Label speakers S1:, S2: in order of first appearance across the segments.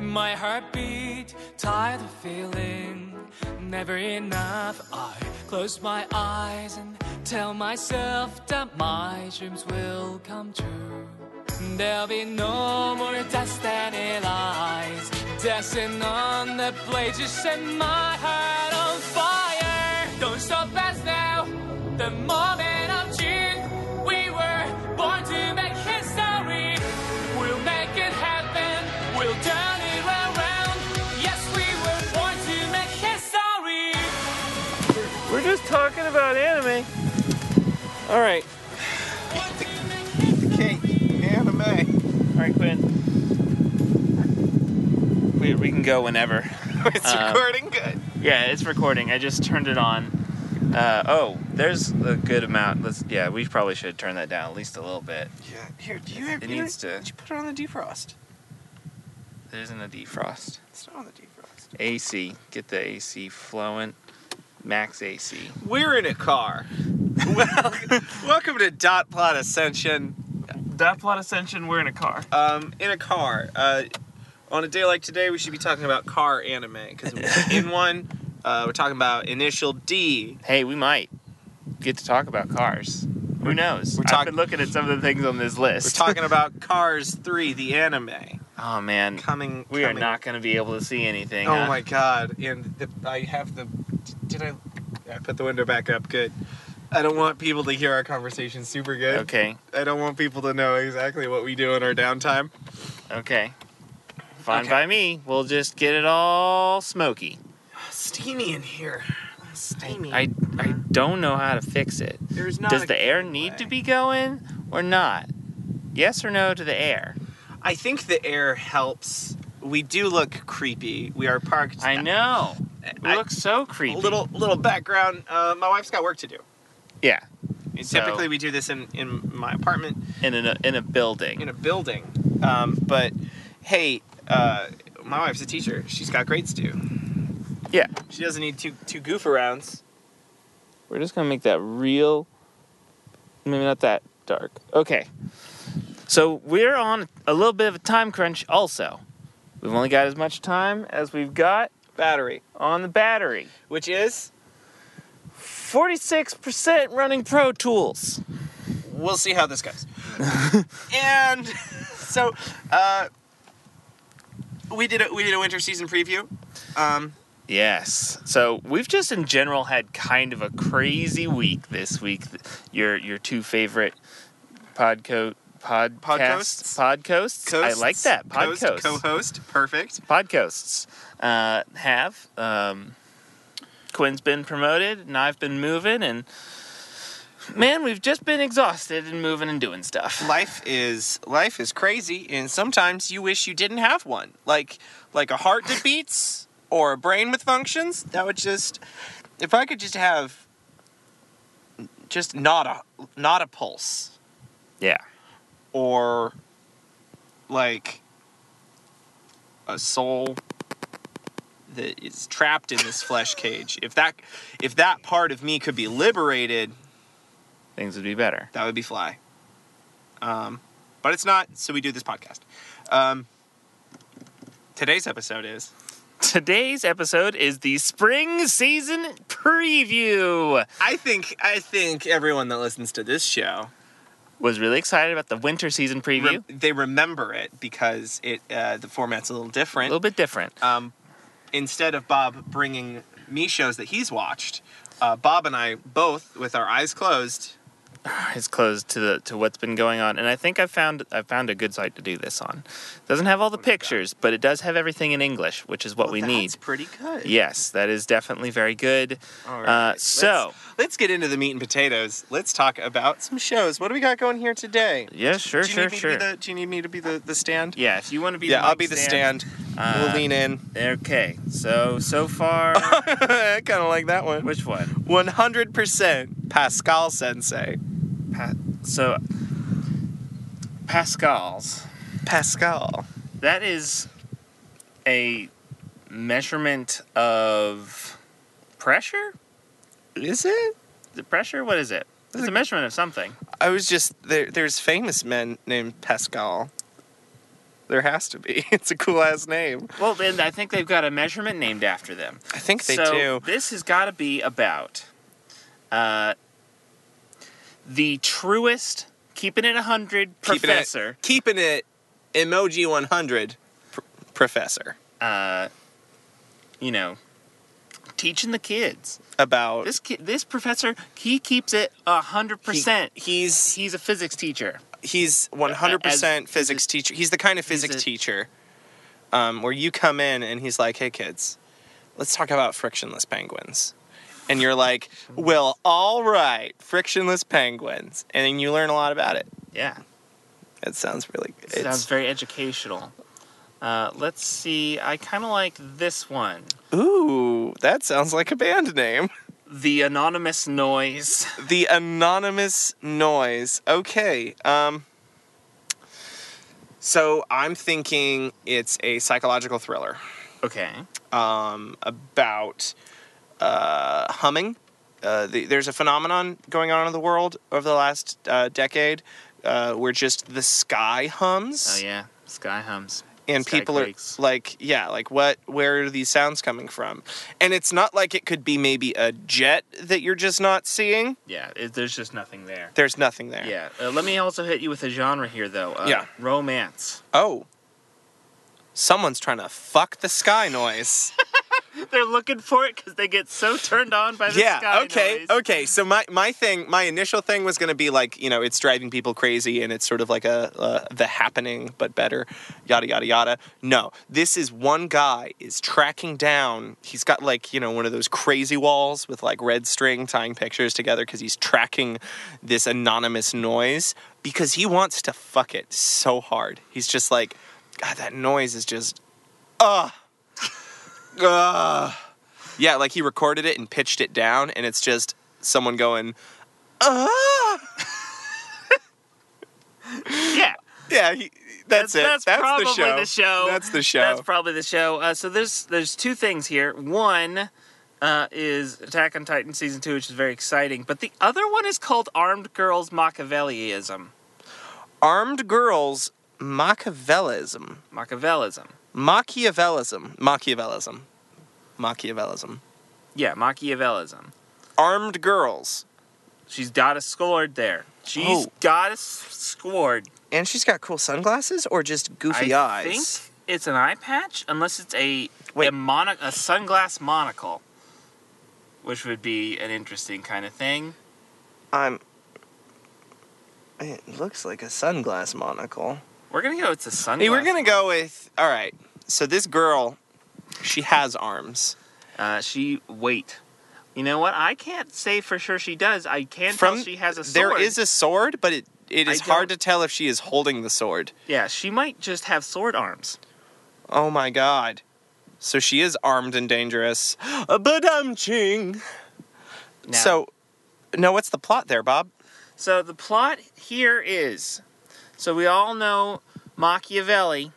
S1: My heartbeat, tired of feeling never enough. I close my eyes and tell myself that my dreams will come true. There'll be no more destiny lies, dancing on the blade, just set my heart on fire. Don't stop us now, the moment of truth. We were born to make history. We'll make it happen. We'll turn it around. Yes, we were born to make history.
S2: We're just talking about anime. All right.
S3: Kate, anime.
S2: All right, Quinn. We, we can go whenever.
S3: It's
S2: Um,
S3: recording good.
S2: Yeah, it's recording. I just turned it on. Uh, oh, there's a good amount. Let's. Yeah, we probably should turn that down at least a little bit.
S3: Yeah. Here, do you have?
S2: It
S3: you know,
S2: needs to-
S3: Did you put it on the defrost?
S2: There isn't a defrost.
S3: It's not on the defrost.
S2: AC. Get the AC flowing. Max AC.
S3: We're in a car. Well, welcome to Dot Plot Ascension.
S2: Dot plot ascension. We're in a car.
S3: Um, in a car. Uh, on a day like today, we should be talking about car anime because we're in one. Uh, we're talking about Initial D.
S2: Hey, we might get to talk about cars. Who knows?
S3: we're
S2: I've
S3: talk-
S2: been looking at some of the things on this
S3: We're
S2: list.
S3: talking about Cars 3, the anime.
S2: oh man,
S3: Coming.
S2: we are
S3: coming.
S2: not going to be able to see anything.
S3: Oh
S2: huh?
S3: my god! And the, I have the. Did I? I put the window back up. Good. I don't want people to hear our conversation super good.
S2: Okay.
S3: I don't want people to know exactly what we do in our downtime.
S2: Okay. Fine
S3: Okay.
S2: by me. We'll just get it all smoky.
S3: Steamy in here. Steamy.
S2: I I don't know how to fix it.
S3: There's not
S2: Does
S3: a
S2: the air
S3: good way.
S2: need to be going or not? Yes or no to the air?
S3: I think the air helps. We do look creepy. We are parked.
S2: I know. We
S3: I-
S2: look so creepy.
S3: A little little background. Uh, my wife's got work to do.
S2: Yeah.
S3: And
S2: So-
S3: Typically, we do this in, in my apartment.
S2: In a in a building.
S3: in a building. Um, but hey, uh, my wife's a teacher. She's got grades due.
S2: Yeah.
S3: She doesn't need two two goof arounds.
S2: We're just gonna make that real. Maybe not that dark. Okay. So we're on a little bit of a time crunch. Also, we've only got as much time as we've got
S3: Battery,
S2: on the battery.
S3: which is
S2: 46% running Pro Tools.
S3: we'll see how this goes. and so uh, we did a, we did a winter season preview. Um,
S2: Yes. So we've just in general had kind of a crazy week this week. Your your two favorite podco podcasts
S3: Podcoasts?
S2: podcoasts. I
S3: coasts,
S2: like that
S3: coast,
S2: podcoasts
S3: co-host, perfect.
S2: podcasts uh, have. Um, Quinn's been promoted, and I've been moving, and man, we've just been exhausted and moving and doing stuff.
S3: life is life is crazy and sometimes you wish you didn't have one like like a heart that beats or a brain with functions that would just if i could just have just not a not a pulse
S2: Yeah.
S3: or like a soul that is trapped in this flesh cage if that if that part of me could be liberated
S2: Things would be better.
S3: that would be fly. Um, but it's not, so we do this podcast. Um, today's episode is
S2: Today's episode is the spring season preview.
S3: I think I think everyone that listens to this show
S2: Was really excited about the winter season preview.
S3: rem- they remember it because it uh, the format's a little
S2: a
S3: different.
S2: little bit different.
S3: Um, instead of Bob bringing me shows that he's watched, uh, Bob and I both with our eyes closed.
S2: It's closed to the to what's been going on, and I think I found I found a good site to do this on. Doesn't have all the pictures, but it does have everything in English, which is what
S3: Well,
S2: we
S3: Oh, that's
S2: need.
S3: pretty good.
S2: Yes, that is definitely very good.
S3: All
S2: Uh,
S3: let's-
S2: so,
S3: let's get into the meat and potatoes. Let's talk about some shows. What do we got going here today?
S2: yeah, sure,
S3: do you
S2: sure,
S3: need me
S2: sure.
S3: To be the, do you need me to be the, the stand?
S2: yeah, if you want to be,
S3: yeah,
S2: the
S3: I'll
S2: mic
S3: be the stand.
S2: uh,
S3: we'll lean in.
S2: Okay, so so far,
S3: I kind of like that one.
S2: which one?
S3: 100% Pascal Sensei.
S2: Pa- so Pascal's.
S3: Pascal.
S2: That is a measurement of pressure.
S3: Is it?
S2: The pressure? What is it? It's a measurement of something.
S3: I was just there. There's famous men named Pascal. There has to be. It's a cool ass name.
S2: Well, then I think they've got a measurement named after them.
S3: I think they
S2: so
S3: do.
S2: this has got to be about uh, the truest, keeping it 100 professor.
S3: Keeping it, keeping it emoji 100 pr- professor
S2: Uh, you know, teaching the kids.
S3: about
S2: This ki- this professor, he keeps it 100%.
S3: He- he's
S2: He's a physics teacher.
S3: he's 100%
S2: as-
S3: physics teacher. He's the kind of physics
S2: a-
S3: teacher um, where you come in and he's like, "Hey kids, let's talk about frictionless penguins." And you're like, "Well, all right, frictionless penguins." And then you learn a lot about it.
S2: Yeah.
S3: It sounds really good.
S2: Sounds very educational. Uh, let's see. I kind of like this one.
S3: Ooh, that sounds like a band name.
S2: The anonymous noise.
S3: The anonymous noise. Okay. Um so I'm thinking it's a psychological thriller
S2: Okay.
S3: um, about uh, humming. Uh, the, there's a phenomenon going on in the world over the last uh, decade uh, where just the sky hums
S2: Oh yeah. Sky hums.
S3: and
S2: Sky
S3: people
S2: quakes.
S3: are like yeah like what where are these sounds coming from and it's not like it could be maybe a jet that you're just not seeing
S2: Yeah. It, there's just nothing there.
S3: there's nothing there
S2: Yeah. Uh, let me also hit you with a genre here, though. Uh,
S3: Yeah.
S2: Romance.
S3: oh someone's trying to fuck the sky noise
S2: They're looking for it because they get so turned on by the
S3: yeah
S2: sky
S3: okay
S2: noise.
S3: okay so my, my thing my initial thing was going to be like you know it's driving people crazy and it's sort of like a uh, the happening but better yada yada yada no this is one guy is tracking down he's got like you know one of those crazy walls with like red string tying pictures together because he's tracking this anonymous noise because he wants to fuck it so hard he's just like god that noise is just ugh ugh yeah, like he recorded it and pitched it down, and it's just someone going, ah.
S2: Yeah.
S3: Yeah, he, that's, it.
S2: That's,
S3: that's
S2: probably
S3: the show.
S2: the show.
S3: That's the show.
S2: That's probably the show. Uh, so there's there's two things here. One uh, is Attack on Titan season two, which is very exciting. But the other one is called Armed Girls Machiavelliism.
S3: Armed girls, Machiavellism,
S2: Machiavellism.
S3: Machiavellism, Machiavellism, Machiavellism.
S2: Yeah, Machiavellism.
S3: Armed girls,
S2: She's got us scored there. She's
S3: Oh.
S2: got us scored.
S3: and she's got cool sunglasses or just goofy
S2: I
S3: eyes.
S2: think it's an eye patch, unless it's a
S3: Wait.
S2: a, mono- a sunglass monocle, which would be an interesting kind of thing.
S3: I'm. It looks like a sunglass monocle.
S2: We're gonna go. It's a sunglass.
S3: Hey, we're gonna go with all right. So this girl, she has arms.
S2: Uh, she wait. You know what? I can't say for sure she does. I can tell she has a sword.
S3: There is a sword, but it, it
S2: I
S3: is hard to
S2: don't-
S3: tell if she is holding the sword.
S2: yeah. She might just have sword arms.
S3: Oh my god. So she is armed and dangerous. Badum ching.
S2: Now,
S3: So, no, what's the plot there, Bob?
S2: so the plot here is, so we all know Machiavelli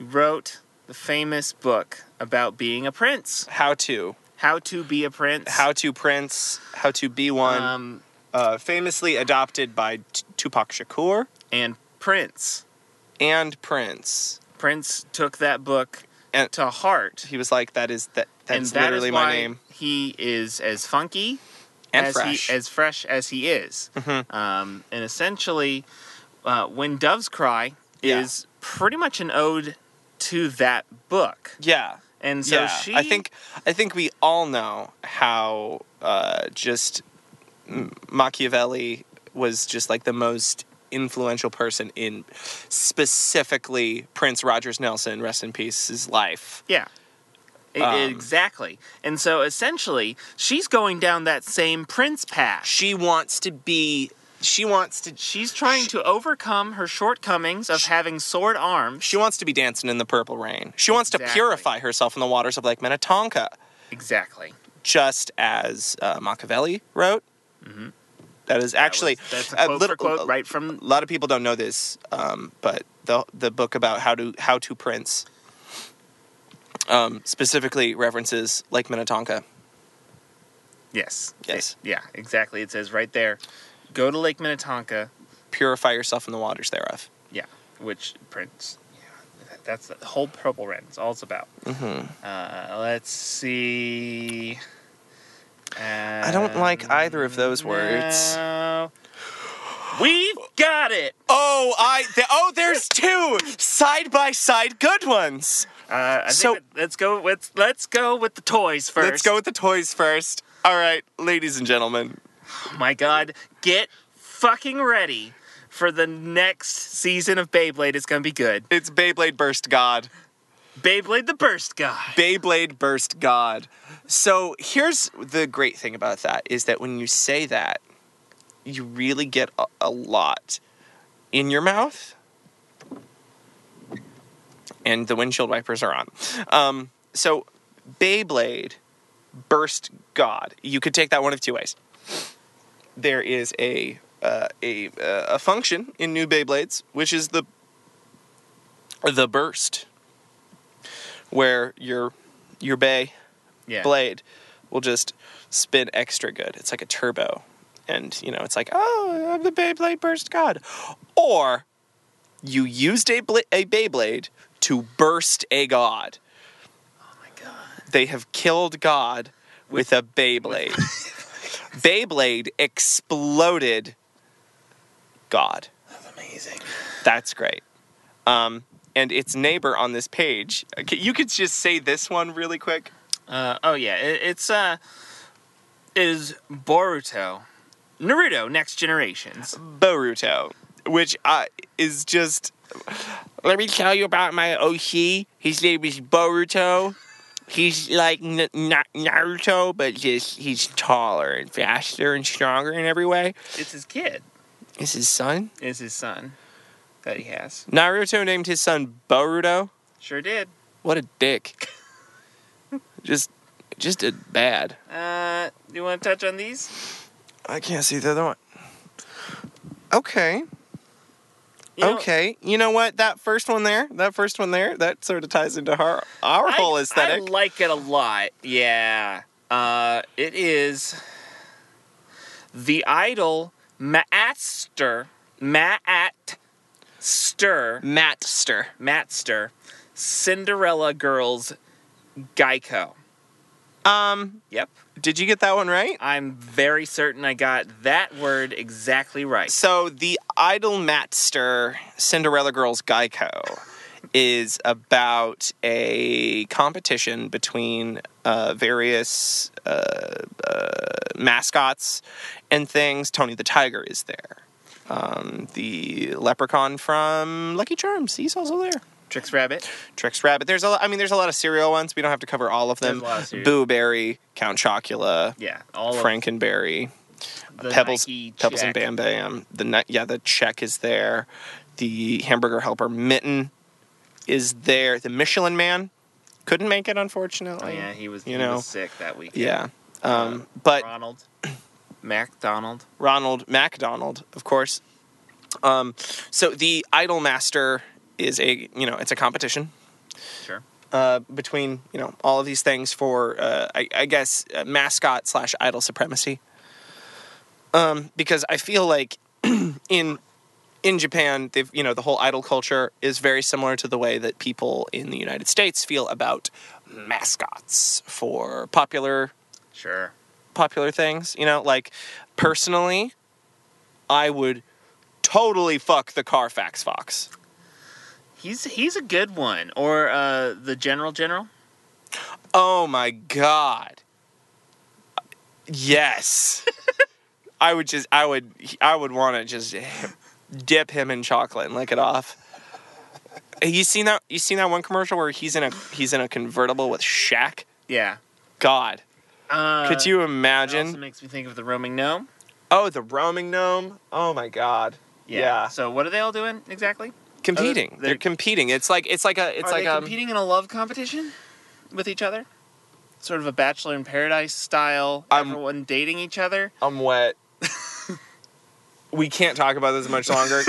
S2: wrote the famous book about being a prince,
S3: How to.
S2: how to be a prince,
S3: How to prince, how to be one.
S2: um,
S3: uh, famously adopted by T- Tupac Shakur
S2: and Prince.
S3: and Prince.
S2: Prince took that book
S3: And-
S2: to heart,
S3: He was like, that is that.
S2: and
S3: That's
S2: that is
S3: literally
S2: why
S3: my name.
S2: he is as funky
S3: And
S2: as
S3: fresh. Mm-hmm.
S2: he as fresh as he is. Um, and essentially, uh, when doves cry
S3: Yeah.
S2: is pretty much an ode to that book,
S3: yeah.
S2: and so
S3: yeah,
S2: she.
S3: I think I think we all know how uh, just M- Machiavelli was just like the most influential person in specifically Prince Rogers Nelson, rest in peace, his life.
S2: yeah. E-
S3: Um,
S2: exactly. And so essentially, she's going down that same prince path.
S3: She wants to be. She wants to.
S2: She's trying to overcome her shortcomings of having sword arms.
S3: She wants to be dancing in the purple rain. She wants to
S2: Exactly.
S3: purify herself in the waters of Lake Minnetonka,
S2: Exactly.
S3: just as uh, Machiavelli wrote. That is actually
S2: Mm-hmm.
S3: uh,
S2: That was- that's a quote for
S3: little-
S2: quote right from
S3: a lot of people don't know this, um, but the the book about how to how to prince um, specifically references Lake Minnetonka.
S2: yes,
S3: Yes.
S2: yeah, exactly. It says right there, go to Lake Minnetonka.
S3: Purify yourself in the waters thereof.
S2: Yeah, which Prince That's the whole Purple Rain. It's all it's about.
S3: Mm-hmm.
S2: Uh, let's see.
S3: I don't like either of those words.
S2: No. We've got it.
S3: Oh, I. Th- oh, there's two side by side good ones.
S2: Uh, I think
S3: So-
S2: that- let's go with let's go with the toys first.
S3: Let's go with the toys first. All right, ladies and gentlemen.
S2: Oh my god, get fucking ready for the next season of Beyblade. It's gonna be good.
S3: It's Beyblade Burst God.
S2: Beyblade the Burst Guy.
S3: Beyblade Burst God. So here's the great thing about that is that when you say that, you really get a, a lot in your mouth, and the windshield wipers are on. Um, so Beyblade Burst God. You could take that one of two ways. There is a uh, a uh, a function in new Beyblades, which is the the burst where your your bay
S2: Yeah.
S3: blade will just spin extra good. It's like a turbo, and you know it's like oh I'm the Beyblade burst god, or you used a bla- a Beyblade to burst a god.
S2: Oh my god.
S3: They have killed God with a Beyblade. Beyblade exploded God.
S2: That's amazing.
S3: That's great. Um, and its neighbor on this page, okay, you could just say this one really quick.
S2: Uh, oh yeah, it, it's uh, it is Boruto, Naruto Next Generations.
S3: Boruto, which uh, is just. Let me tell you about my OC. His name is Boruto. He's like N- Na- Naruto, but just he's taller and faster and stronger in every way.
S2: It's his kid.
S3: Is his son
S2: It's his son that he has.
S3: Naruto named his son Boruto?
S2: Sure did.
S3: What a dick! just, just a bad.
S2: Uh, you want to touch on these?
S3: I can't see the other one. Okay.
S2: You know,
S3: okay, you know what? That first one there, that first one there, that sort of ties into our our
S2: I-
S3: whole
S2: I
S3: aesthetic.
S2: like it a lot. Yeah. Uh, it is the idol Maatster Maat Stir
S3: Matster.
S2: Matster Cinderella Girls Geico.
S3: Um,
S2: Yep.
S3: did you get that one right?
S2: I'm very certain I got that word exactly right.
S3: So the idol matster Cinderella Girls Geico is about a competition between uh, various uh, uh, mascots and things. Tony the Tiger is there. Um, the leprechaun from Lucky Charms, he's also there.
S2: Tricks Rabbit.
S3: Trix Rabbit. There's a lot, I mean, there's a lot of cereal ones. We don't have to cover all of them.
S2: There's a lot of cereal.
S3: Boo Berry, Count Chocula,
S2: Yeah. All
S3: Frankenberry,
S2: of the
S3: Pebbles,
S2: Nike
S3: Pebbles and
S2: check.
S3: Bam Bam. The nut, yeah, the check is there. The Hamburger Helper Mitten is there. The Michelin Man couldn't make it,
S2: Oh,
S3: unfortunately.
S2: yeah, Uh, he was.
S3: You
S2: he
S3: know.
S2: was sick that weekend.
S3: Yeah. Um, but
S2: Ronald, MacDonald.
S3: Ronald MacDonald, of course. Um, so the Idol Master is a you know it's a competition
S2: Sure.
S3: uh, between you know all of these things for uh, I, I guess uh, mascot slash idol supremacy. Um, because I feel like in in Japan, they've you know the whole idol culture is very similar to the way that people in the United States feel about mascots for popular
S2: Sure.
S3: popular things. You know, like personally, I would totally fuck the Carfax Fox.
S2: He's he's a good one. Or uh, the General General.
S3: Oh my god. Yes. I would just I would I would want to just dip him in chocolate and lick it off. You seen that you seen that one commercial where he's in a he's in a convertible with Shaq?
S2: Yeah.
S3: God.
S2: Uh,
S3: Could you
S2: that Also
S3: imagine?
S2: makes me think of the roaming gnome.
S3: Oh, the roaming gnome. Oh my god. Yeah.
S2: So what are they all doing exactly?
S3: Competing.
S2: they're-
S3: they're, competing. It's like it's like a it's
S2: are
S3: like
S2: they
S3: um,
S2: competing in a love competition with each other? Sort of a Bachelor in Paradise style.
S3: I'm-
S2: everyone dating each other.
S3: I'm wet. we can't talk about this much longer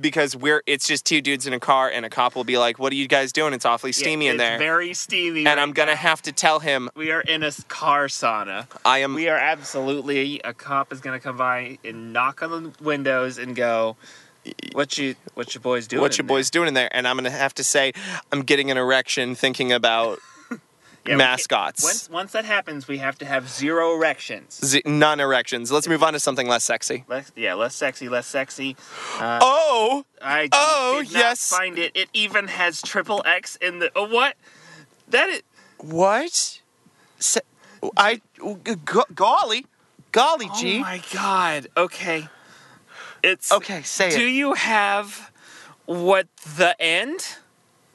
S3: because we're it's just two dudes in a car and a cop will be like, "What are you guys doing? It's awfully
S2: Yeah,
S3: steamy in
S2: it's
S3: there."
S2: Very steamy.
S3: and
S2: right
S3: I'm going to
S2: now.
S3: have to tell him
S2: We are in a s- car sauna.
S3: I am
S2: We are absolutely. A cop is going to come by and knock on the windows and go, What you what you boys doing?
S3: what
S2: in
S3: your boy's doing in there, and I'm gonna have to say I'm getting an erection thinking about
S2: there? Yeah, we can't-
S3: mascots.
S2: Once once that happens, we have to have zero erections.
S3: Z- non erections. Let's move on to something less sexy.
S2: Less, yeah, less sexy, less sexy. Uh,
S3: Oh,
S2: I
S3: Oh,
S2: did not
S3: yes.
S2: find it. It even has triple X in the. Oh, what? That is.
S3: what? Se- I go- golly, golly
S2: Oh
S3: gee.
S2: my god. Okay. It's
S3: Okay, say
S2: Do
S3: it.
S2: you have what the end?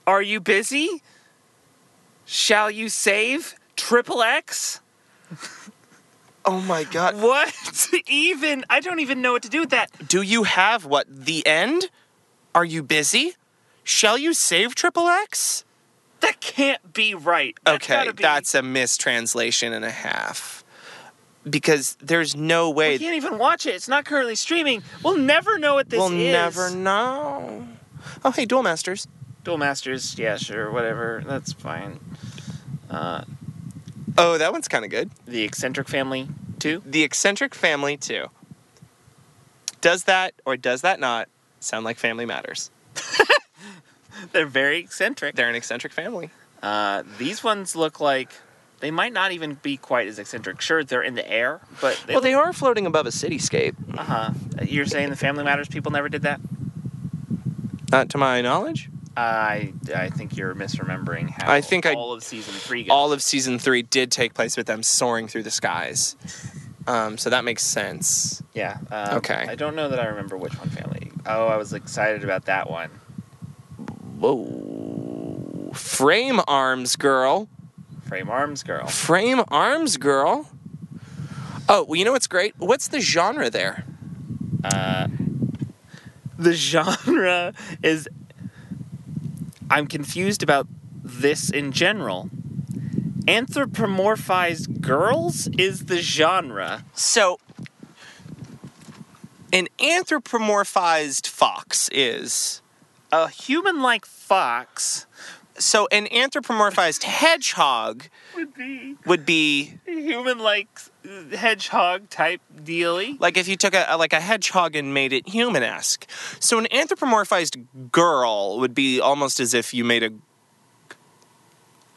S2: Are you busy? Shall you save triple X?
S3: Oh my god.
S2: What even? I don't even know what to do with that.
S3: Do you have what? The end? Are you busy? Shall you save Triple X?
S2: That can't be right. That's
S3: Okay,
S2: gotta be-
S3: that's a mistranslation and a half. Because there's no way
S2: We can't even watch it. It's not currently streaming. We'll never know what this
S3: we'll
S2: is.
S3: never know. Oh, hey, Duel Masters.
S2: Duel Masters. Yeah, sure, whatever. That's fine. Uh,
S3: Oh, that one's kind of good.
S2: the Eccentric Family too.
S3: The Eccentric Family too. Does that or does that not sound like Family Matters?
S2: They're very eccentric.
S3: They're an eccentric family.
S2: Uh, these ones look like they might not even be quite as eccentric. Sure, they're in the air, but they,
S3: Well, they are floating above a cityscape.
S2: uh huh. You're saying the Family Matters people never did that?
S3: Not Uh, to my knowledge.
S2: I I think you're misremembering how
S3: I think I-
S2: all of season three goes.
S3: All of season three did take place with them soaring through the skies. Um, so that makes sense.
S2: yeah. um,
S3: Okay.
S2: I don't know that I remember which one family. Oh, I was excited about that one.
S3: Whoa. Frame arms, girl.
S2: Frame Arms Girl.
S3: Frame arms, girl. Oh, well, you know what's great? What's the genre there?
S2: Uh, the genre is. I'm confused about this in general. Anthropomorphized girls is the genre.
S3: So, an anthropomorphized fox is.
S2: A human like fox
S3: So, an anthropomorphized hedgehog
S2: would be
S3: would be
S2: a human like hedgehog type dealy.
S3: like if you took a, like a hedgehog and made it human esque. So, an anthropomorphized girl would be almost as if you made a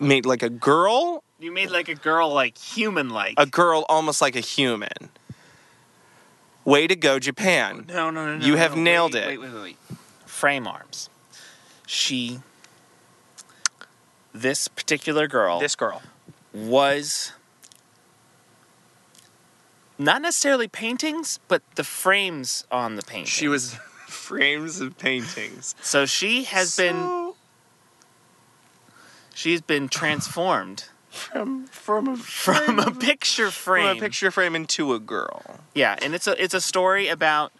S3: made like a girl,
S2: You made like a girl like human like.
S3: a girl almost like a human. Way to go, Japan!
S2: No, Oh, no, no, no.
S3: You have
S2: no,
S3: nailed
S2: wait,
S3: it.
S2: Wait, wait, wait, wait. Frame arms. She. This particular girl
S3: This girl.
S2: was not necessarily paintings, but the frames on the painting.
S3: She was frames of paintings.
S2: so she has been she's been transformed um,
S3: from from a
S2: from a picture frame.
S3: from a picture frame into a girl.
S2: Yeah, and it's a it's a story about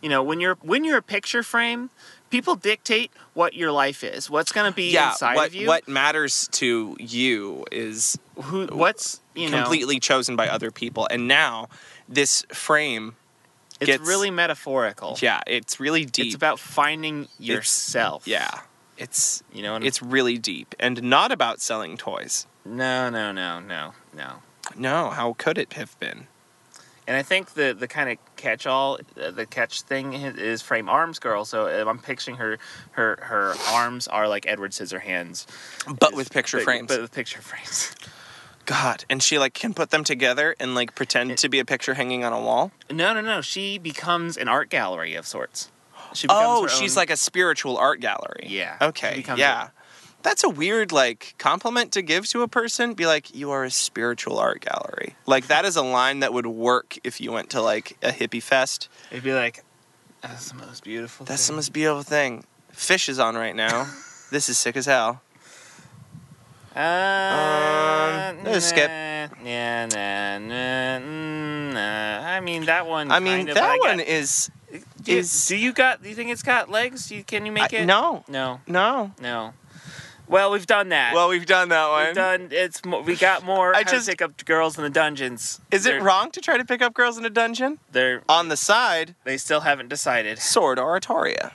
S2: you know when you're when you're a picture frame, people dictate what your life is, what's going to be inside
S3: what
S2: of you,
S3: what matters to you is
S2: who, what's you know,
S3: completely chosen by other people, and now this frame.
S2: it's
S3: gets-
S2: really metaphorical.
S3: Yeah, it's really deep.
S2: it's about finding yourself.
S3: yeah, it's
S2: you know, what I'm-
S3: it's really deep, and not about selling toys.
S2: no, no, no, no, no.
S3: No, how could it have been?
S2: And I think the the kind of catch all, the catch thing i- is frame arms girl. So uh, I'm picturing her her her arms are like Edward Scissorhands,
S3: But with picture
S2: but-
S3: frames.
S2: But with picture frames.
S3: God, and she like can put them together and like pretend
S2: It-
S3: to be a picture hanging on a wall.
S2: No, no, no. She becomes an art gallery of sorts. She becomes
S3: Oh,
S2: her
S3: she's
S2: own-
S3: like a spiritual art gallery.
S2: Yeah, she
S3: Okay.
S2: becomes
S3: Yeah.
S2: a-
S3: That's a weird like compliment to give to a person. Be like, you are a spiritual art gallery. Like that is a line that would work if you went to like a hippie fest.
S2: It'd be like, that's the most beautiful.
S3: That's the
S2: thing."
S3: most beautiful thing. Fish is on right now. this is sick as hell.
S2: Uh,
S3: Um, let's skip.
S2: Nah, nah, nah, nah, mm, nah. I mean that one.
S3: I mean,
S2: kind of,
S3: that
S2: but I
S3: one
S2: got-
S3: is
S2: do,
S3: is-
S2: Do you got? Do you think it's got legs? Do you, can you make
S3: I-
S2: it?
S3: no,
S2: No.
S3: no.
S2: No. Well, we've done that.
S3: Well, we've done that one.
S2: we've done. It's mo- we got more.
S3: I
S2: I just
S3: just-
S2: to pick up girls in the dungeons.
S3: Is it
S2: They're-
S3: wrong to try to pick up girls in a dungeon?
S2: They're
S3: On the side,
S2: they still haven't decided.
S3: sword oratoria.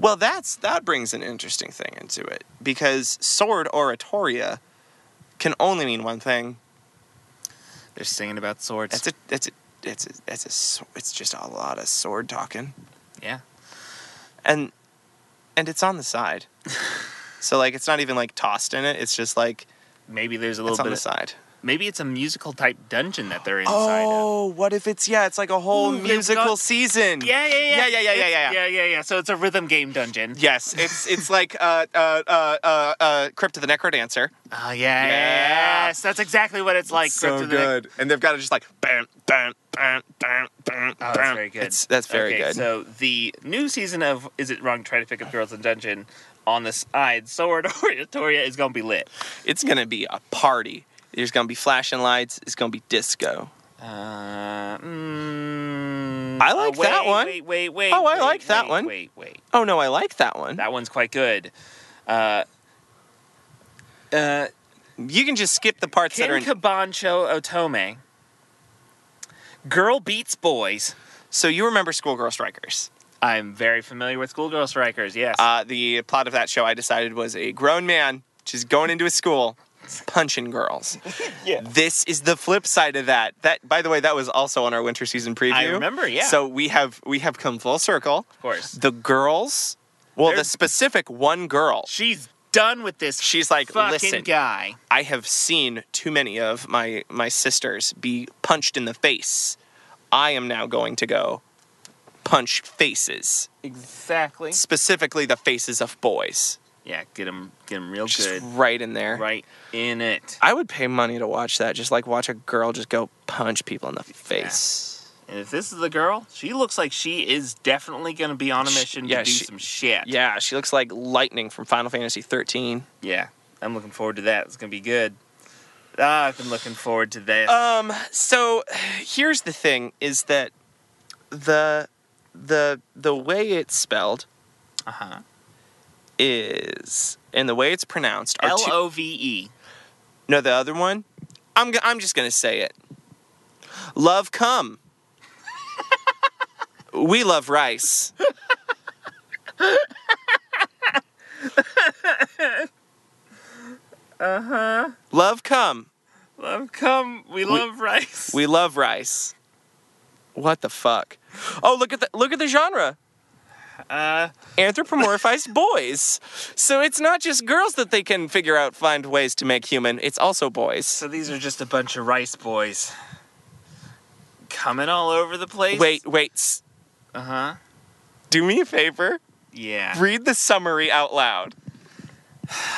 S3: Well, that's that brings an interesting thing into it because sword oratoria can only mean one thing.
S2: They're singing about swords.
S3: It's a it's a it's a, it's a s- it's just a lot of sword talking.
S2: yeah.
S3: and and it's on the side. so like it's not even like tossed in it. It's just like
S2: Maybe there's a
S3: it's
S2: little
S3: on
S2: bit.
S3: the
S2: Of,
S3: side.
S2: maybe it's a musical type dungeon that they're inside. of.
S3: Oh, what if it's yeah? It's like a whole
S2: Ooh, they've
S3: musical
S2: got-
S3: season.
S2: Yeah, yeah, yeah,
S3: Yeah, yeah, yeah, yeah, yeah,
S2: yeah, yeah, yeah. So it's a rhythm game dungeon.
S3: Yes, it's it's like uh uh uh uh, uh Crypt of the Necrodancer.
S2: Oh yeah,
S3: Yeah.
S2: yes, that's exactly what it's like. Crypt of the Neck-
S3: and they've got to just like bam, bam, bam, bam, bam.
S2: Oh, that's very good.
S3: It's, that's very
S2: okay,
S3: good.
S2: So the new season of Is It Wrong to Try to Pick Up Girls in Dungeon on the side, Sword Oratoria is gonna be lit.
S3: It's gonna be a party. There's gonna be flashing lights. It's gonna be disco.
S2: Uh, mm,
S3: I like
S2: oh, wait,
S3: that one.
S2: Wait, wait, wait.
S3: Oh, I
S2: wait,
S3: like that
S2: wait,
S3: one.
S2: Wait, wait.
S3: Oh no, I like that one.
S2: That one's quite good. Uh, uh,
S3: You can just skip the parts that
S2: Ken
S3: are in.
S2: Kabancho Otome. Girl beats boys.
S3: so you remember Schoolgirl Strikers?
S2: I'm very familiar with Schoolgirl Strikers. Yes.
S3: Uh, the plot of that show I decided was a grown man just going into a school punching girls.
S2: Yeah.
S3: This is the flip side of that. That by the way, that was also on our winter season preview.
S2: I remember, yeah.
S3: So we have we have come full circle.
S2: of course.
S3: The girls well, the
S2: There's-
S3: specific one girl.
S2: She's done with this.
S3: She's like,
S2: fucking
S3: listen,
S2: guy.
S3: I have seen too many of my my sisters be punched in the face. I am now going to go punch faces,
S2: Exactly.
S3: specifically the faces of boys.
S2: Yeah, get him, get him real
S3: Just
S2: good,
S3: right in there.
S2: right in it.
S3: I would pay money to watch that. Just like watch a girl just go punch people in the face.
S2: And if this is the girl, she looks like she is definitely going to be on a
S3: Sh-
S2: mission
S3: yeah,
S2: to do
S3: she-
S2: some shit.
S3: Yeah, she looks like lightning from Final Fantasy 13.
S2: Yeah, I'm looking forward to that. It's going to be good. Ah, I've been looking forward to this.
S3: Um, so here's the thing is that the the the way it's spelled
S2: Uh-huh.
S3: is and the way it's pronounced are
S2: L
S3: two,
S2: O V E.
S3: No, the other one. I'm g- I'm just gonna say it. Love come. we love rice.
S2: Uh huh.
S3: Love come.
S2: Love come. We love rice.
S3: We love rice. What the fuck? Oh, look at the look at the genre.
S2: uh,
S3: Anthropomorphized boys. So it's not just girls that they can figure out find ways to make human. It's also boys.
S2: so these are just a bunch of rice boys coming all over the place.
S3: Wait, wait. s-
S2: Uh huh.
S3: Do me a favor.
S2: Yeah.
S3: Read the summary out loud.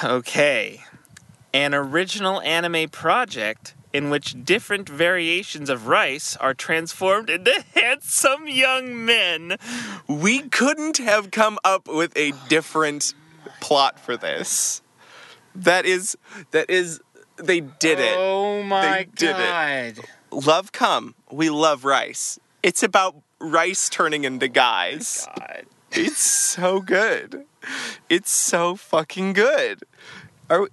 S2: Okay. An original anime project in which different variations of rice are transformed into handsome young men.
S3: We couldn't have come up with a different plot for this. That is that is they did it.
S2: Oh my
S3: did
S2: god.
S3: Love come. We love rice. It's about rice turning into guys.
S2: God.
S3: It's so good. It's so fucking good. Are we,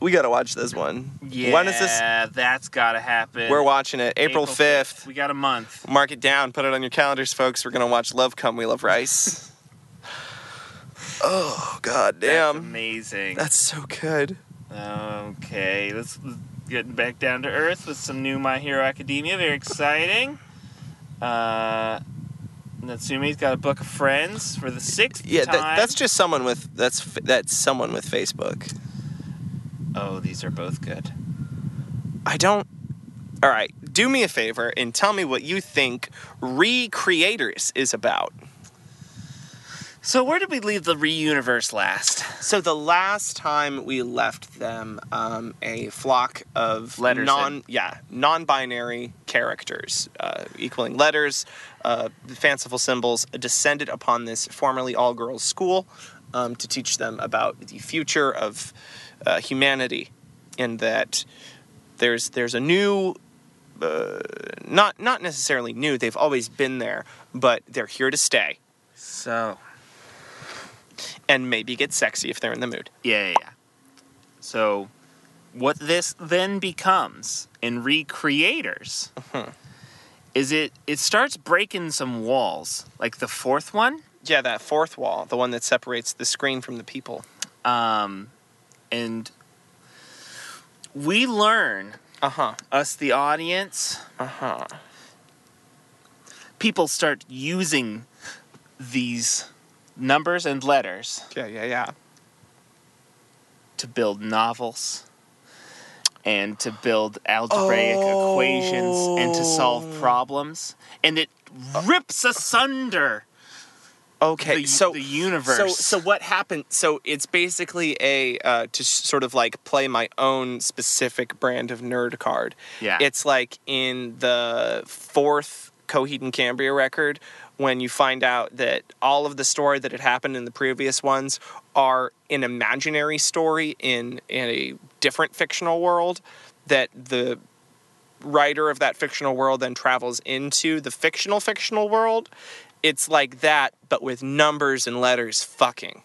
S3: we gotta watch this one.
S2: Yeah.
S3: When is this?
S2: That's gotta happen.
S3: We're watching it. April fifth.
S2: We got a month.
S3: Mark it down. Put it on your calendars, folks. We're gonna watch Love Come We Love Rice. oh god
S2: That's
S3: damn.
S2: amazing.
S3: That's so good.
S2: Okay, let's let's get back down to earth with some new My Hero Academia. Very exciting. Uh, Natsume's got a book of friends for the sixth
S3: Yeah,
S2: time.
S3: that, that's just someone with that's f- that's someone with Facebook.
S2: Oh, these are both good.
S3: I don't. All right, do me a favor and tell me what you think Recreators is about.
S2: So where did we leave the Reuniverse last?
S3: So the last time we left them, um, a flock of
S2: Letters
S3: non yeah non-binary characters, uh, equaling letters, uh, fanciful symbols, descended upon this formerly all-girls school um, to teach them about the future of uh, humanity, and that there's there's a new. Uh, not not necessarily new. They've always been there, but they're here to stay
S2: So
S3: and maybe get sexy if they're in the mood.
S2: yeah, yeah, yeah. So what this then becomes in Recreators is it it starts breaking some walls, like the fourth one.
S3: Yeah, that fourth wall, the one that separates the screen from the people.
S2: um, and we learn
S3: Uh huh.
S2: us the audience uh-huh,
S3: Uh huh.
S2: people start using these numbers and letters
S3: Yeah, yeah, yeah.
S2: to build novels and to build algebraic
S3: Oh.
S2: equations and to solve problems and it rips asunder
S3: Okay,
S2: the,
S3: so
S2: the universe
S3: So, so what happened? So it's basically a uh, to s- sort of like play my own specific brand of nerd card.
S2: Yeah.
S3: it's like in the fourth Coheed and Cambria record when you find out that all of the story that had happened in the previous ones are an imaginary story in in a different fictional world that the writer of that fictional world then travels into the fictional fictional world. It's like that, but with numbers and letters fucking.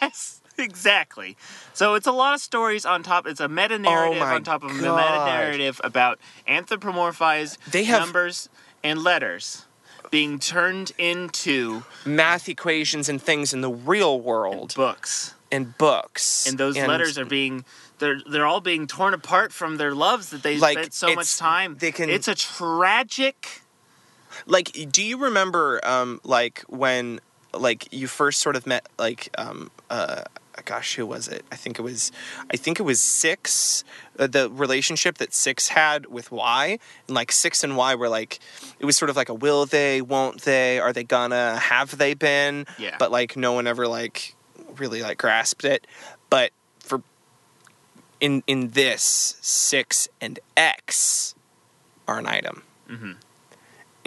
S2: yes exactly so it's a lot of stories on top it's a meta narrative
S3: Oh my
S2: on top of a meta
S3: God.
S2: narrative about anthropomorphized
S3: They have-
S2: numbers and letters being turned into
S3: Math equations and things in the real world
S2: books
S3: and books.
S2: and those letters are being they're they're all being torn apart from their loves that they
S3: Like,
S2: spent so much
S3: it's-
S2: time.
S3: they can-
S2: It's a tragic.
S3: like do you remember um like when like you first sort of met like um uh gosh who was it i think it was i think it was six uh, the relationship that six had with y and like six and y were like it was sort of like a will they won't they are they gonna have they been
S2: Yeah.
S3: but like no one ever like really like grasped it but for in in this six and x are an item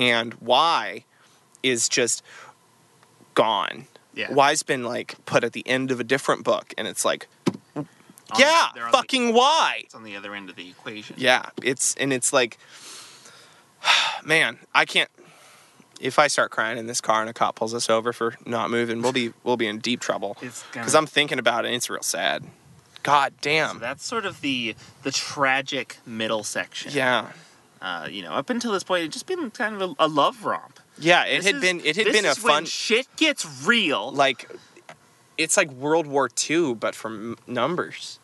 S3: and Y is just gone.
S2: Yeah.
S3: Y's been like put at the end of a different book, and it's like,
S2: On the-
S3: yeah,
S2: they're on the-
S3: fucking Y.
S2: it's on the other end of the equation.
S3: Yeah, it's and it's like, man, I can't. If I start crying in this car and a cop pulls us over for not moving, we'll be we'll be in deep trouble.
S2: It's gonna-
S3: Because I'm thinking about it, and it's real sad. God
S2: So
S3: damn.
S2: that's sort of the the tragic middle section.
S3: Yeah,
S2: Uh, you know, up until this point, it's just been kind of a, a love romp.
S3: yeah. It
S2: This
S3: had
S2: is-
S3: been it had
S2: this
S3: been a
S2: is when
S3: fun
S2: shit gets real.
S3: like. It's like World War II, but for m- numbers.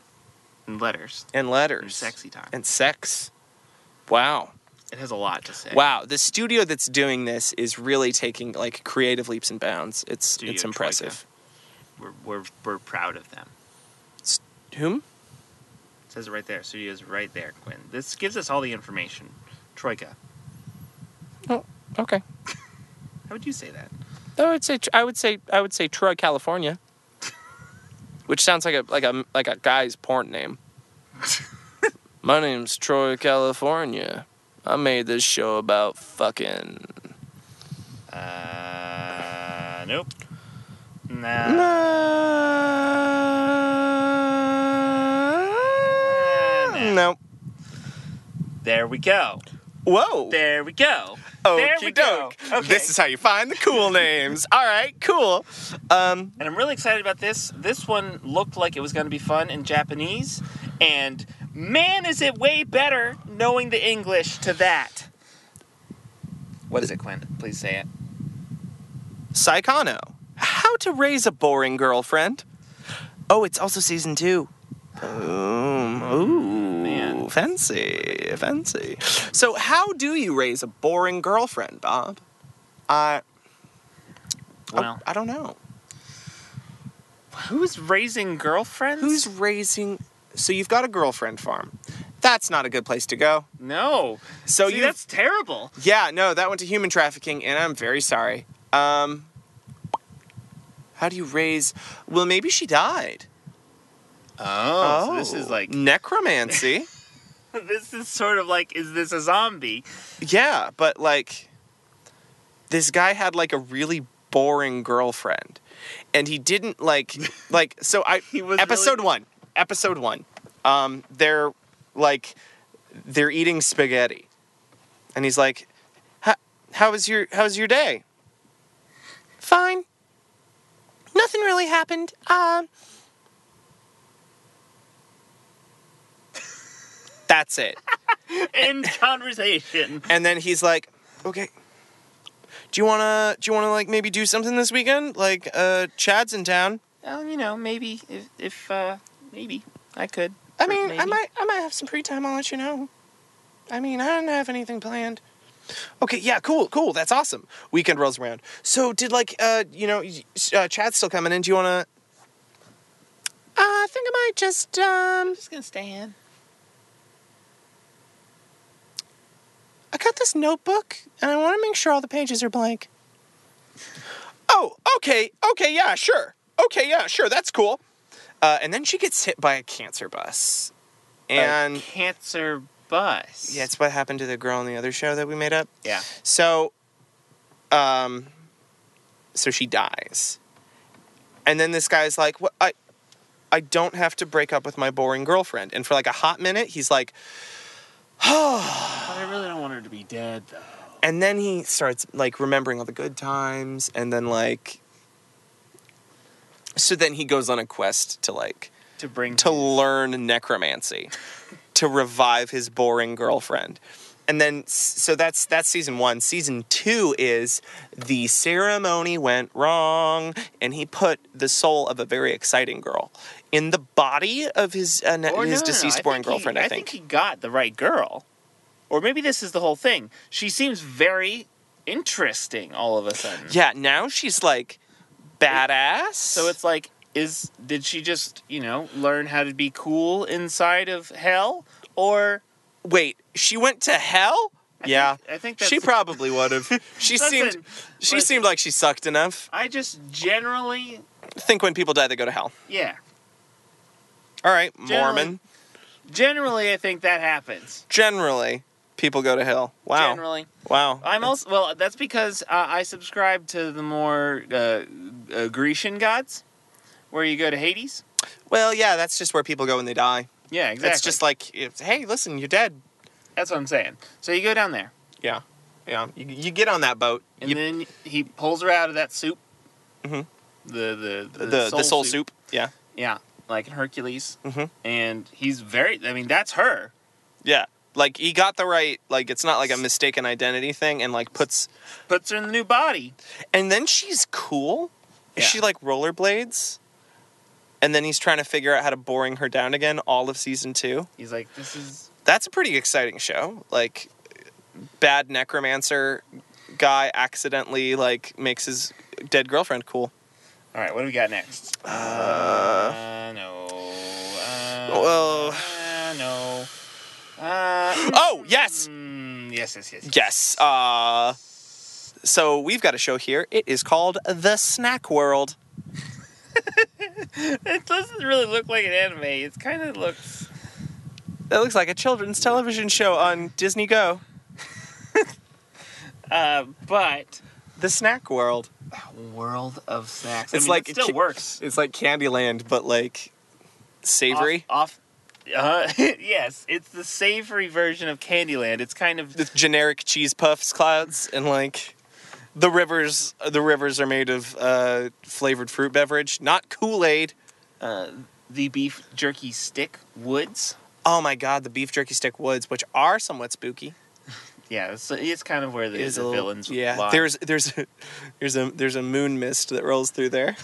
S2: in letters.
S3: and letters
S2: And sexy time.
S3: and sex. Wow.
S2: It has a lot to say.
S3: Wow, the studio that's doing this is really taking like creative leaps and bounds. It's
S2: Studio
S3: it's impressive.
S2: We're, we're we're proud of them.
S3: Whom?
S2: It says it right there. Studio's right there, Quinn. This gives us all the information. Troika.
S3: Okay.
S2: How would you say that?
S3: I would say I would say I would say Troy, California. Which sounds like a like a like a guy's porn name. My name's Troy, California. I made this show about fucking.
S2: Uh, nope. Nah.
S3: No. No.
S2: There we go.
S3: Whoa.
S2: There we go. there we
S3: Okie
S2: go.
S3: doke.
S2: Okay.
S3: This is how you find the cool names. All right, cool. Um,
S2: and I'm really excited about this. This one looked like it was going to be fun in Japanese, and man, is it way better knowing the English to that. What is it, Quinn? Please say it.
S3: Psychono. How to raise a boring girlfriend. Oh, it's also season two. Boom. Ooh,
S2: Man.
S3: fancy, fancy. So, how do you raise a boring girlfriend, Bob? I, I-
S2: Well,
S3: I, don't know.
S2: who's raising girlfriends?
S3: Who's raising? So you've got a girlfriend farm. That's not a good place to go.
S2: no?
S3: So
S2: See,
S3: you
S2: that's terrible.
S3: Yeah, no, that went to human trafficking, and I'm very sorry. Um, how do you raise? Well, maybe she died.
S2: Oh, so this is like
S3: necromancy.
S2: this is sort of like is this a zombie?
S3: yeah, but like, this guy had like a really boring girlfriend, and he didn't like like. So I
S2: He was
S3: episode
S2: really-
S3: one. Episode one. Um, they're like they're eating spaghetti, and he's like, "How how was your how was your day?" Fine. Nothing really happened. Um. That's it.
S2: in conversation.
S3: And then he's like, "Okay, do you wanna do you wanna like maybe do something this weekend? Like, uh, Chad's in town.
S2: Um, you know, maybe if, if uh, maybe I could.
S3: I mean, I
S2: Maybe.
S3: might I might have some free time. I'll let you know. I mean, I don't have anything planned. Okay, yeah, cool, cool. That's awesome. Weekend rolls around. So did like uh you know y- uh, Chad's still coming in? Do you wanna? Uh, I think I might just um.
S4: just gonna stay in.
S3: I got this notebook and I want to make sure all the pages are blank. Oh, okay, okay, yeah, sure. Okay, yeah, sure. That's cool. Uh, and then she gets hit by a cancer bus, and
S2: a cancer bus.
S3: yeah, it's what happened to the girl on the other show that we made up.
S2: yeah.
S3: So, um, so she dies, and then this guy's like, "What? I, I don't have to break up with my boring girlfriend." And for like a hot minute, he's like,
S2: But I really don't want her to be dead though.
S3: and then he starts like remembering all the good times, and then like, so then he goes on a quest to like
S2: To bring
S3: to learn necromancy to revive his boring girlfriend and then so that's that's season one season two is the ceremony went wrong and he put the soul of a very exciting girl in the body of his uh, ne-
S2: Or Oh, no,
S3: his
S2: no, no,
S3: deceased
S2: I
S3: boring
S2: think he-
S3: girlfriend
S2: I think he got the right girl, or maybe this is the whole thing. She seems very interesting all of a sudden.
S3: yeah now she's like badass
S2: So it's like, is did she just you know learn how to be cool inside of hell, or
S3: wait she went to hell yeah
S2: I think that's,
S3: she probably would have she
S2: Listen,
S3: seemed she
S2: listen.
S3: seemed like she sucked enough
S2: I just generally
S3: I think when people die they go to hell
S2: yeah
S3: all right
S2: Generally-
S3: mormon
S2: generally I think that happens.
S3: generally people go to hell. Wow.
S2: Generally,
S3: Wow.
S2: I'm also well. That's because uh, I subscribe to the more uh, uh, Grecian gods, where you go to Hades.
S3: Well, yeah, that's just where people go when they die.
S2: Yeah, exactly.
S3: It's just like, it's, hey, listen, you're dead.
S2: That's what I'm saying. So you go down there,
S3: Yeah. Yeah. You, you get on that boat.
S2: and
S3: You-
S2: then he pulls her out of that soup.
S3: Mhm.
S2: The the
S3: the, the soul, soup. Yeah.
S2: Yeah, like in Hercules.
S3: Mhm.
S2: And he's very. I mean, that's her.
S3: Yeah. Like he got the right. Like it's not like a mistaken identity thing, and like puts.
S2: Puts her in the new body.
S3: And then she's cool. Is
S2: Yeah.
S3: she like rollerblades? And then he's trying to figure out how to boring her down again. All of season two.
S2: He's like, this is
S3: That's a pretty exciting show. Like, bad necromancer guy accidentally like makes his dead girlfriend cool.
S2: all right. What do we got next?
S3: Uh,
S2: Uh, no. Uh,
S3: well,
S2: uh, no. Uh,
S3: oh yes,
S2: mm, yes, yes, yes, yes.
S3: yes. Uh, so we've got a show here. It is called The Snack World.
S2: It doesn't really look like an anime. It kind of looks.
S3: That looks like a children's television show on Disney Go.
S2: Uh, but
S3: The Snack World.
S2: world of snacks.
S3: It's
S2: It's
S3: like
S2: like it still
S3: ki-
S2: works.
S3: It's like Candyland, but like savory.
S2: Off. off uh, yes, it's the savory version of Candyland. It's kind of
S3: With generic cheese puffs, clouds, and like the rivers. The rivers are made of uh, flavored fruit beverage, not Kool Aid.
S2: uh, the beef jerky stick woods.
S3: Oh my God, the beef jerky stick woods, which are somewhat spooky.
S2: Yeah, it's, it's kind of where the,
S3: is
S2: the
S3: a little-
S2: villains
S3: Yeah,
S2: lie.
S3: there's there's there's a there's a moon mist that rolls through there.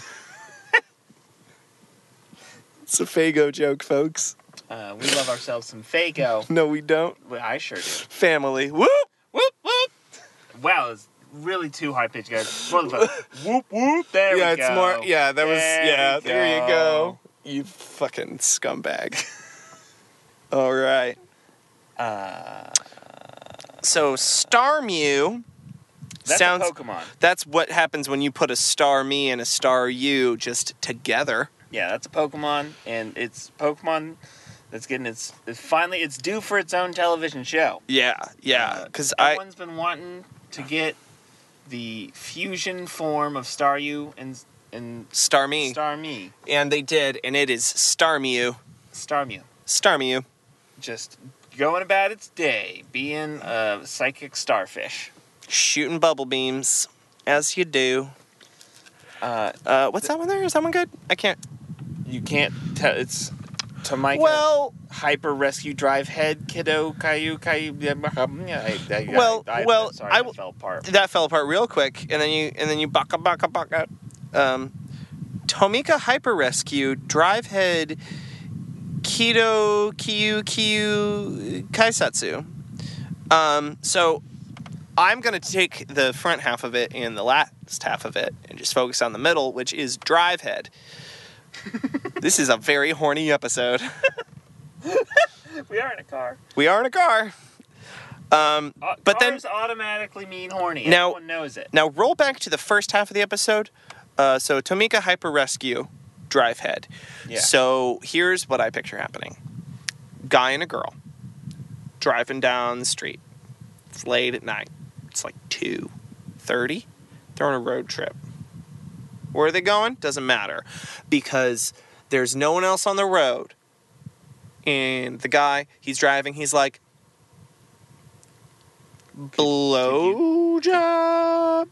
S3: it's a Fago joke, folks.
S2: Uh, we love ourselves some Fago.
S3: No, we don't.
S2: Well, I sure do.
S3: Family. Whoop whoop whoop.
S2: Wow, it's really too high pitched, guys. Motherfucker. whoop whoop. There
S3: yeah,
S2: we
S3: it's
S2: go.
S3: more. Yeah, that was.
S2: There
S3: yeah,
S2: we
S3: there you
S2: go.
S3: go. You fucking scumbag. All right.
S2: Uh,
S3: So Starmew
S2: that's
S3: sounds.
S2: a Pokemon.
S3: That's what happens when you put a star me and a star you just together.
S2: Yeah, that's a Pokemon, and it's Pokemon that's getting its. It's finally, it's due for its own television show.
S3: Yeah, yeah. Because I.
S2: Everyone's been wanting to get the fusion form of Staryu and and
S3: Star me.
S2: Starmie,
S3: And they did, and it is Starmie.
S2: Starmie,
S3: Starmie.
S2: just going about its day, being a psychic starfish.
S3: Shooting bubble beams, as you do.
S2: Uh,
S3: Uh, what's that one there? Is that one good? I can't.
S2: you can't tell. It's to my
S3: well,
S2: hyper rescue drive head kiddo caillou caillou. Yeah, I, I,
S3: Well,
S2: I, I,
S3: well,
S2: sorry,
S3: I
S2: that
S3: will-
S2: fell apart.
S3: that fell apart real quick, and then you and then you baka baka baka. Um, Tomika Hyper Rescue, Drive Head, Keto, Kiyu, Kiyu, Kaisatsu. Um, so I'm going to take the front half of it and the last half of it and just focus on the middle, which is drive head. this is a very horny episode.
S2: We are in a car.
S3: We are in a car. Um,
S2: Uh,
S3: But then-
S2: cars automatically mean horny.
S3: Now-
S2: Everyone knows it.
S3: now roll back to the first half of the episode. Uh, so Tomika Hyper Rescue, drive head.
S2: Yeah.
S3: So here's what I picture happening: guy and a girl driving down the street. It's late at night. It's like two thirty. They're on a road trip. Where are they going? Doesn't matter, because there's no one else on the road. And the guy, he's driving. He's like, blow job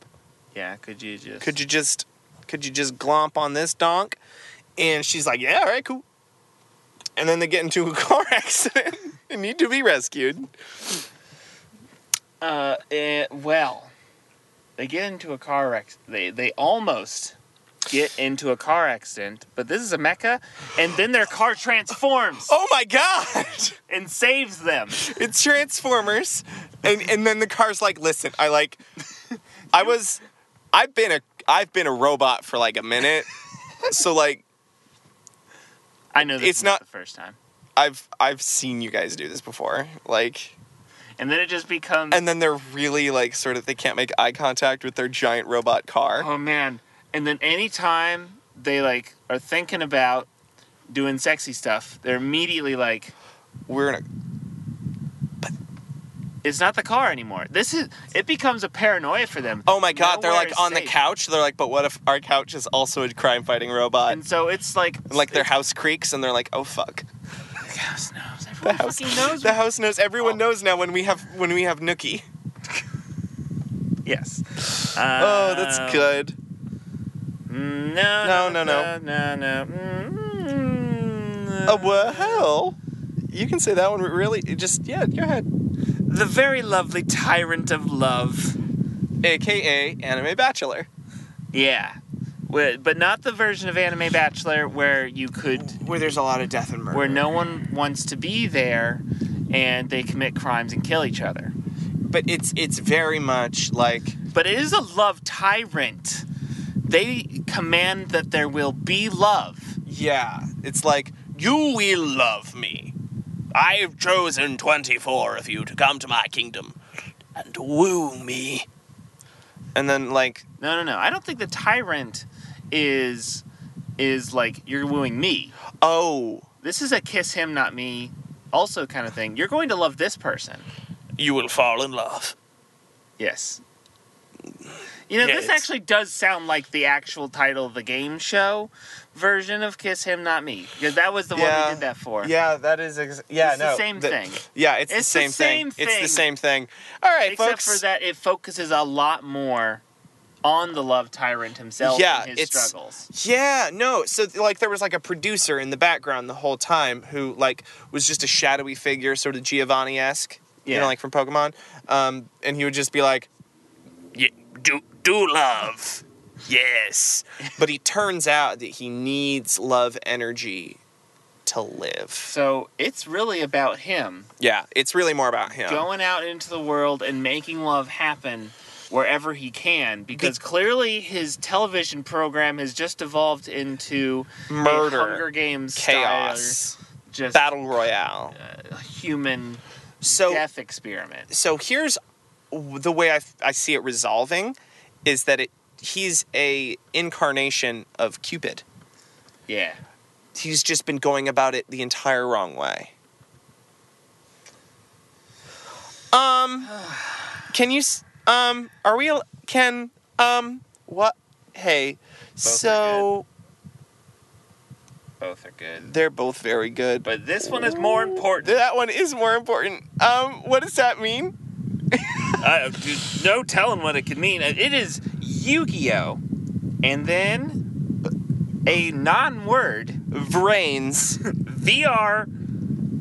S2: yeah, could you just?
S3: could you just could you just glomp on this donk and she's like yeah all right cool and then they get into a car accident and need to be rescued
S2: Uh, eh, well, they get into a car wreck. They they almost get into a car accident, but this is a mecca, and then their car transforms
S3: oh my god
S2: and saves them.
S3: it's transformers and and then the car's like listen i like i was i've been a i've been a robot for like a minute so like
S2: I know this
S3: It's
S2: is
S3: not-
S2: the first time.
S3: i've i've seen you guys do this before like
S2: And then it just becomes.
S3: and then they're really like sort of they can't make eye contact with their giant robot car
S2: oh man! And then anytime they like are thinking about doing sexy stuff, they're immediately like,
S3: we're in a
S2: "It's not the car anymore." This is. It becomes a paranoia for them.
S3: Oh my god, they're
S2: Nowhere is
S3: like on the
S2: safe.
S3: couch. They're like, but what if our couch is also a crime fighting robot?
S2: And so it's like,
S3: And like their house creaks and they're like, oh fuck.
S2: the house knows. Everyone
S3: house-
S2: fucking knows.
S3: The house knows everyone
S2: Oh.
S3: knows now when we have when we have Nookie.
S2: Yes. Uh,
S3: Oh,
S2: Um,
S3: that's good.
S2: No,
S3: No, no, no.
S2: no, no.
S3: Uh,
S2: Mm,
S3: well, you can say that one really it just yeah, go ahead.
S2: The very lovely tyrant of love.
S3: AKA Anime Bachelor.
S2: Yeah. Wi- But not the version of Anime Bachelor where you could,
S3: Where there's a lot of death and murder.
S2: where no one wants to be there and they commit crimes and kill each other.
S3: But it's it's very much like
S2: But it is a love tyrant. They command that there will be love.
S3: Yeah, it's like you will love me. I have chosen twenty-four of you to come to my kingdom and to woo me. And then, like,
S2: No, no, no. I don't think the tyrant is is like you're wooing me.
S3: oh,
S2: This is a kiss him, not me, also kind of thing. You're going to love this person.
S3: you will fall in love.
S2: Yes. You know,
S3: Yeah,
S2: this
S3: it's-
S2: actually does sound like the actual title of the game show version of Kiss Him Not Me. Because that was the one
S3: Yeah.
S2: we did that for.
S3: Yeah, that is. Ex- yeah,
S2: It's the
S3: no,
S2: same
S3: the-
S2: thing.
S3: Yeah, it's,
S2: It's
S3: the same, thing. It's the same thing. All right,
S2: Except
S3: folks.
S2: for that it focuses a lot more on the love tyrant himself
S3: Yeah,
S2: and his
S3: it's-
S2: struggles.
S3: Yeah, no. So like there was like a producer in the background the whole time who like was just a shadowy figure, sort of Giovanni esque. You
S2: Yeah.
S3: know, like from Pokemon. Um, and he would just be like, yeah, do do love. Yes. but he turns out that he needs love energy to live.
S2: So it's really about him
S3: Yeah, it's really more about him.
S2: going out into the world and making love happen wherever he can because clearly his television program has just evolved into a
S3: Murder.
S2: Hunger Games
S3: Chaos.
S2: style, just
S3: Battle Royale.
S2: a human
S3: So
S2: death experiment.
S3: so here's w- the way I, f- I see it resolving is that it he's a incarnation of cupid
S2: Yeah.
S3: he's just been going about it the entire wrong way um can you s- um are we al- can um what hey so
S2: Both are good.
S3: they're both very good
S2: But this one is more important.
S3: that one is more important um what does that mean
S2: Uh, dude, no telling what it could mean. It is Yu-Gi-Oh! And then a non-word
S3: brains
S2: VR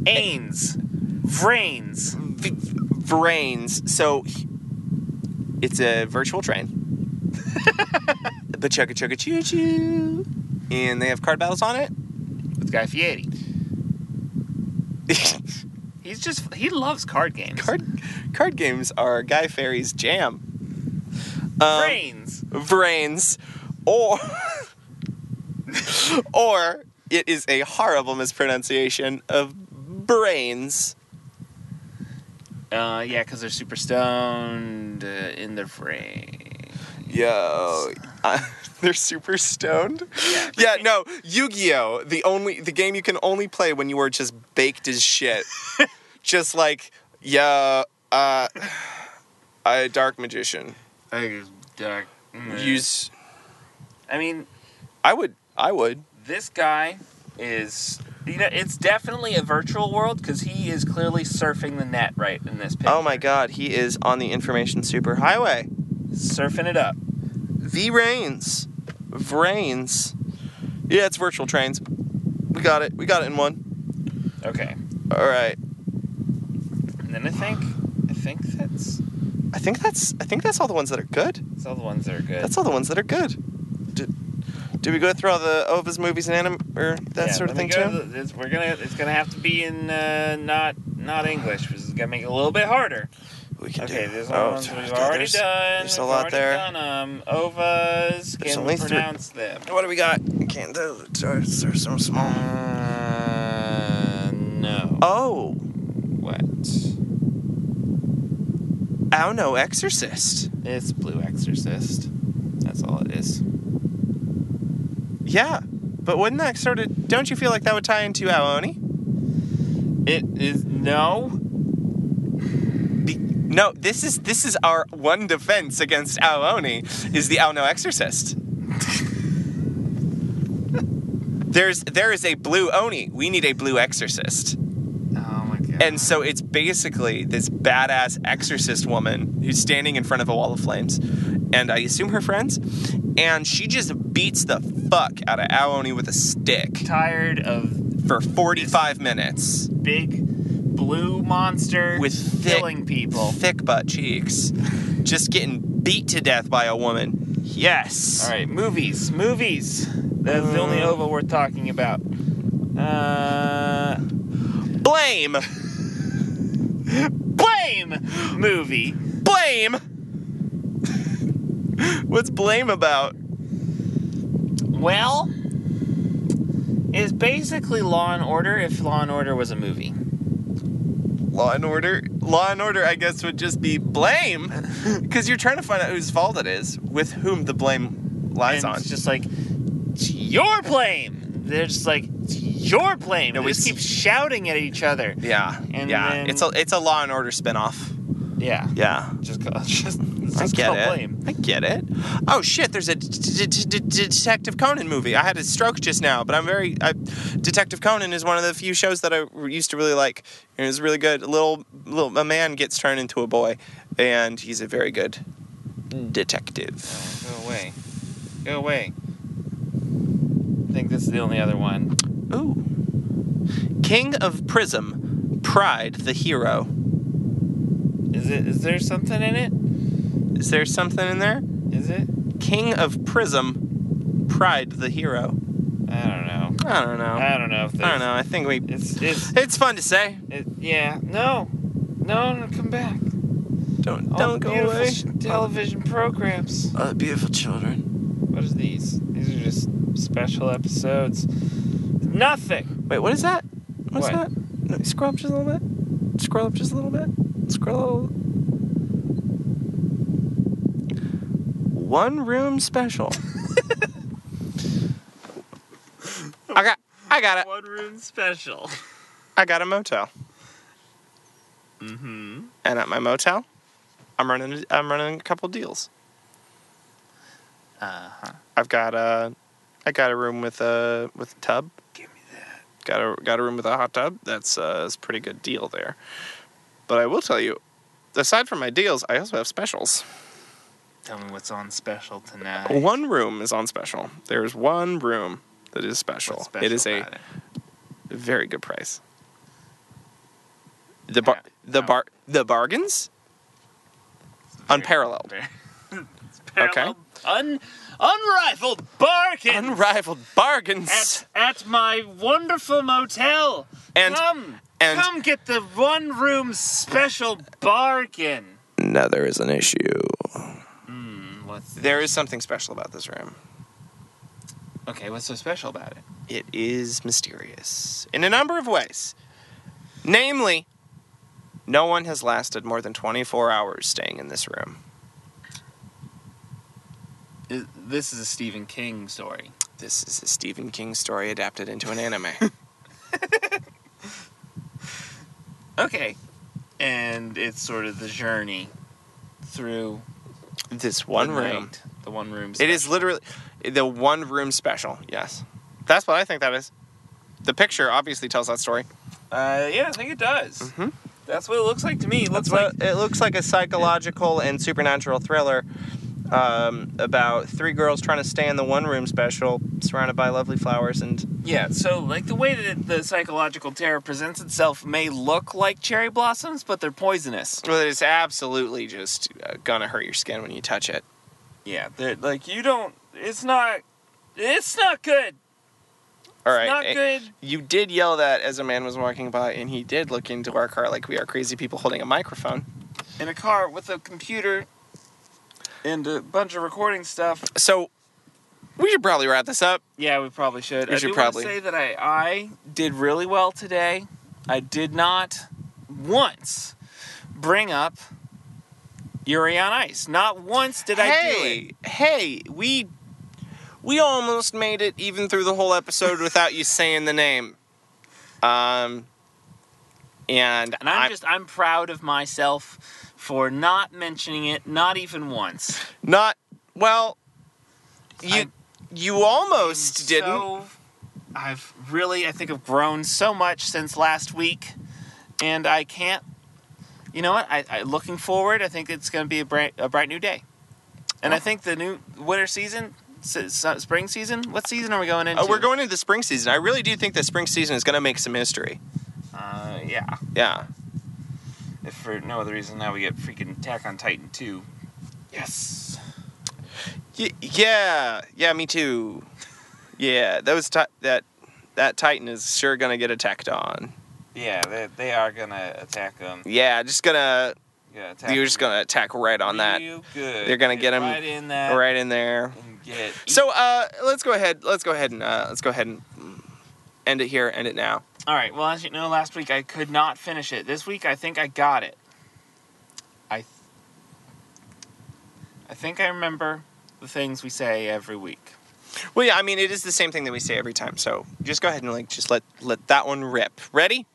S2: Ains. Vrains.
S3: v- brains. So he- it's a virtual train. but chugga chugga choo choo. And they have card battles on it.
S2: with Guy Fieri. He's just he loves card games.
S3: Card card games are Guy Fieri's jam. Um,
S2: brains.
S3: brains, or or it is a horrible mispronunciation of brains.
S2: Uh, yeah, because they're super stoned uh, in their brain.
S3: Yo, I- they're super stoned.
S2: Yeah,
S3: Yeah, no, Yu-Gi-Oh, the only the game you can only play when you are just baked as shit. just like yeah, uh, a dark magician.
S2: I, dark.
S3: Mm. Use
S2: I mean,
S3: I would I would.
S2: this guy is you know it's definitely a virtual world because he is clearly surfing the net right in this picture.
S3: Oh my god, he is on the information superhighway.
S2: surfing it up.
S3: The Rains. Vrains. Yeah, it's virtual trains. We got it. We got it in one.
S2: Okay,
S3: All right.
S2: and then I think I think that's
S3: I think that's I think that's all the ones that are good.
S2: that's all the ones that are good.
S3: That's all the ones that are good. Did, did we go through all the Ova's movies and anim or that
S2: Yeah,
S3: sort of
S2: let
S3: thing
S2: me
S3: too?
S2: go to the- it's, we're gonna it's gonna have to be in uh, not not English, which is gonna make it a little bit harder.
S3: we can
S2: Okay,
S3: do. Oh,
S2: there's all the ones
S3: God,
S2: we've already
S3: there's-
S2: done.
S3: there's a
S2: we've
S3: lot
S2: already
S3: there.
S2: Done 'em. Ovas.
S3: There's
S2: Can
S3: only
S2: we
S3: three.
S2: pronounce them?
S3: What do we got? I can't. Those those are so small.
S2: Uh, no.
S3: Oh,
S2: What?
S3: oh no, Exorcist.
S2: It's Blue Exorcist. That's all it is.
S3: Yeah, but wouldn't that sort of? Don't you feel like that would tie into Aoni?
S2: It is no.
S3: Be- no, this is this is our one defense against Aoni is the Aono Exorcist. There's there is a blue Oni. We need a blue exorcist.
S2: Oh my god.
S3: And so it's basically this badass exorcist woman who's standing in front of a wall of flames. And I assume her friends. And she just beats the fuck out of Aoni with a stick
S2: tired of
S3: for 45 minutes.
S2: big blue monster
S3: With thick-
S2: killing people.
S3: Thick butt cheeks. Just getting beat to death by a woman. Yes.
S2: All right, movies, movies. That's the only
S3: Uh.
S2: OVA we're talking about. Uh,
S3: Blame!
S2: blame movie.
S3: Blame! What's blame about?
S2: Well, is basically Law and Order if Law and Order was a movie.
S3: Law and order. Law and order, I guess, would just be blame. Because you're trying to find out whose fault it is, with whom the blame lies
S2: and
S3: on.
S2: It's just like it's your blame. They're just like it's your blame.
S3: No,
S2: they just
S3: it's-
S2: keep shouting at each other.
S3: yeah.
S2: And
S3: yeah.
S2: then-
S3: It's a it's a law and order spinoff.
S2: Yeah,
S3: Yeah.
S2: just call, just, it's
S3: I
S2: just
S3: get
S2: called
S3: it.
S2: blame.
S3: I get it. Oh shit! There's a d- d- d- d- d- Detective Conan movie. I had a stroke just now, but I'm very. I, Detective Conan is one of the few shows that I used to really like. It was really good. A little, little a man gets turned into a boy, and he's a very good
S2: Hmm.
S3: detective.
S2: Go away, go away. I think this is the only other one.
S3: Ooh, King of Prism, Pride the hero.
S2: Is it? Is there something in it?
S3: Is there something in there?
S2: Is it?
S3: King of Prism, Pride the hero.
S2: I don't know.
S3: I don't know. I
S2: I don't know if there's.
S3: don't know. I think we.
S2: It's it's
S3: It's fun to say.
S2: it, yeah. No, no, no, come back.
S3: Don't
S2: All
S3: don't
S2: the
S3: go
S2: beautiful
S3: away.
S2: sh- television programs.
S3: Oh, beautiful children.
S2: What is these? These are just special episodes. Nothing.
S3: Wait, what is that? What's
S2: What?
S3: that? No, scroll up just a little bit. Scroll up just a little bit. Scroll. One room special. I got. I got it.
S2: One room special.
S3: I got a motel,
S2: Mm-hmm.
S3: and at my motel, I'm running. I'm running a couple deals.
S2: Uh huh.
S3: I've got a. I got a room with a with a tub.
S2: Give me that.
S3: Got a got a room with a hot tub. That's uh, that's a pretty good deal there. But I will tell you, aside from my deals, I also have specials.
S2: Tell me what's on special tonight.
S3: One room is on special. There's one room that is special.
S2: What's special
S3: it is a
S2: about it?
S3: very good price. The bar,
S2: Yeah.
S3: the
S2: Oh.
S3: bar, the bargains, unparalleled,
S2: It's parallel- Un, unrivaled bargain
S3: unrivaled bargains,
S2: at, at my wonderful motel.
S3: and
S2: Come.
S3: And
S2: Come get the one room special bargain.
S1: Now there is an issue.
S2: Hmm, what's
S3: there is something special about this room.
S2: okay? What's so special about it?
S3: It is mysterious in a number of ways. Namely, no one has lasted more than 24 hours staying in this room.
S2: I- This is a Stephen King story.
S3: This is a Stephen King story adapted into an anime.
S2: Okay, and it's sort of the journey through
S3: this
S2: the
S3: one room.
S2: night, the one room.
S3: It is literally the one room special. Yes. That's what I think that is. The picture obviously tells that story.
S2: Uh, yeah, I think it does.
S3: Mhm.
S2: That's what it looks like to me. It looks like
S3: Well, it looks like a psychological and supernatural thriller um, about three girls trying to stay in the one room special surrounded by lovely flowers and
S2: yeah. So like the way that the psychological terror presents itself may look like cherry blossoms, but they're poisonous.
S3: well it's absolutely just uh, gonna hurt your skin when you touch it
S2: Yeah, they're like you don't. It's not. It's not good.
S3: all
S2: it's
S3: right
S2: not
S3: eh,
S2: good.
S3: you did yell that as a man was walking by and he did look into our car like we are crazy people holding a microphone
S2: in a car with a computer and a bunch of recording stuff.
S3: so we should probably wrap this up
S2: Yeah, we probably should.
S3: We
S2: I
S3: should
S2: do wanna
S3: probably.
S2: say that I I did really well today. I did not once bring up Yuri on Ice. Not once did I do it.
S3: hey hey we we almost made it even through the whole episode without you saying the name um and,
S2: And I'm
S3: I'm
S2: just I'm proud of myself for not mentioning it, not even once.
S3: Not well. You
S2: I'm-
S3: you almost didn't.
S2: So, I've really, I think, I've grown so much since last week, and I can't. You know what? I, I looking forward. I think it's going to be a bright, a bright new day, and
S3: Oh.
S2: I think the new winter season, s- s- spring season. What season are we going into?
S3: Oh, we're going into the spring season. I really do think the spring season is going to make some history.
S2: Uh, yeah.
S3: Yeah.
S2: If for no other reason, now we get freaking Attack on Titan two. Yes.
S3: Y- yeah. Yeah. Me too. Yeah. Those ti- that that Titan is sure going to get attacked on.
S2: Yeah, they, they are gonna attack them.
S3: Yeah. Just gonna.
S2: Yeah,
S3: You're just going to attack right on that.
S2: Good.
S3: They're gonna get 'em right
S2: in that.
S3: Right in there.
S2: And get
S3: So uh, let's go ahead. Let's go ahead and uh, let's go ahead and end it here. End it now.
S2: All right. Well, as you know, last week I could not finish it. This week I think I got it. I. Th- I think I remember the things we say every week.
S3: Well, yeah. I mean, it is the same thing that we say every time. So just go ahead and like just let let that one rip. Ready?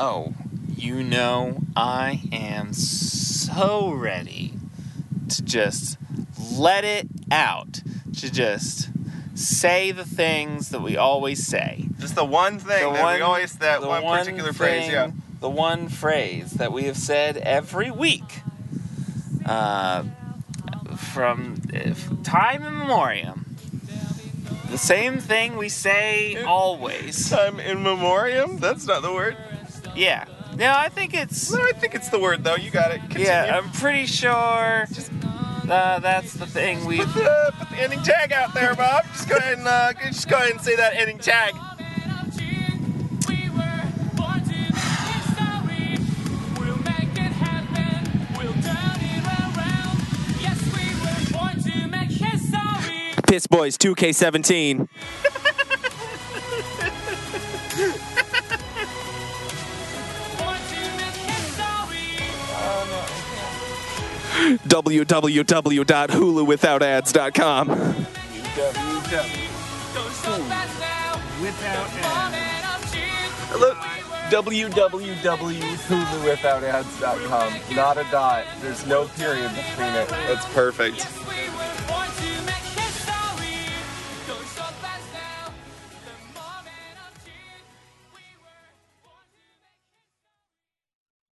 S2: Oh, you know, I am so ready to just let it out. To just say the things that we always say.
S3: Just the one thing
S2: The
S3: that
S2: one-
S3: we always that
S2: the
S3: one, particular phrase.
S2: thing-
S3: Yeah.
S2: The one phrase that we have said every week, uh, from if, time immemorium. The same thing we say always.
S3: Time in memoriam. That's not the word.
S2: Yeah. No, I think it's.
S3: No, I think it's the word though. You got it. Continue.
S2: Yeah, I'm pretty sure. Uh, that's the thing we.
S3: Put the, put the ending tag out there, Bob. Just go ahead and uh, just go ahead and say that ending tag.
S1: Piss Boys 2K17. www.huluwithoutads.com.
S3: Look,
S5: www.huluwithoutads.com. Not a dot. There's no period between it.
S3: that's perfect.
S5: It's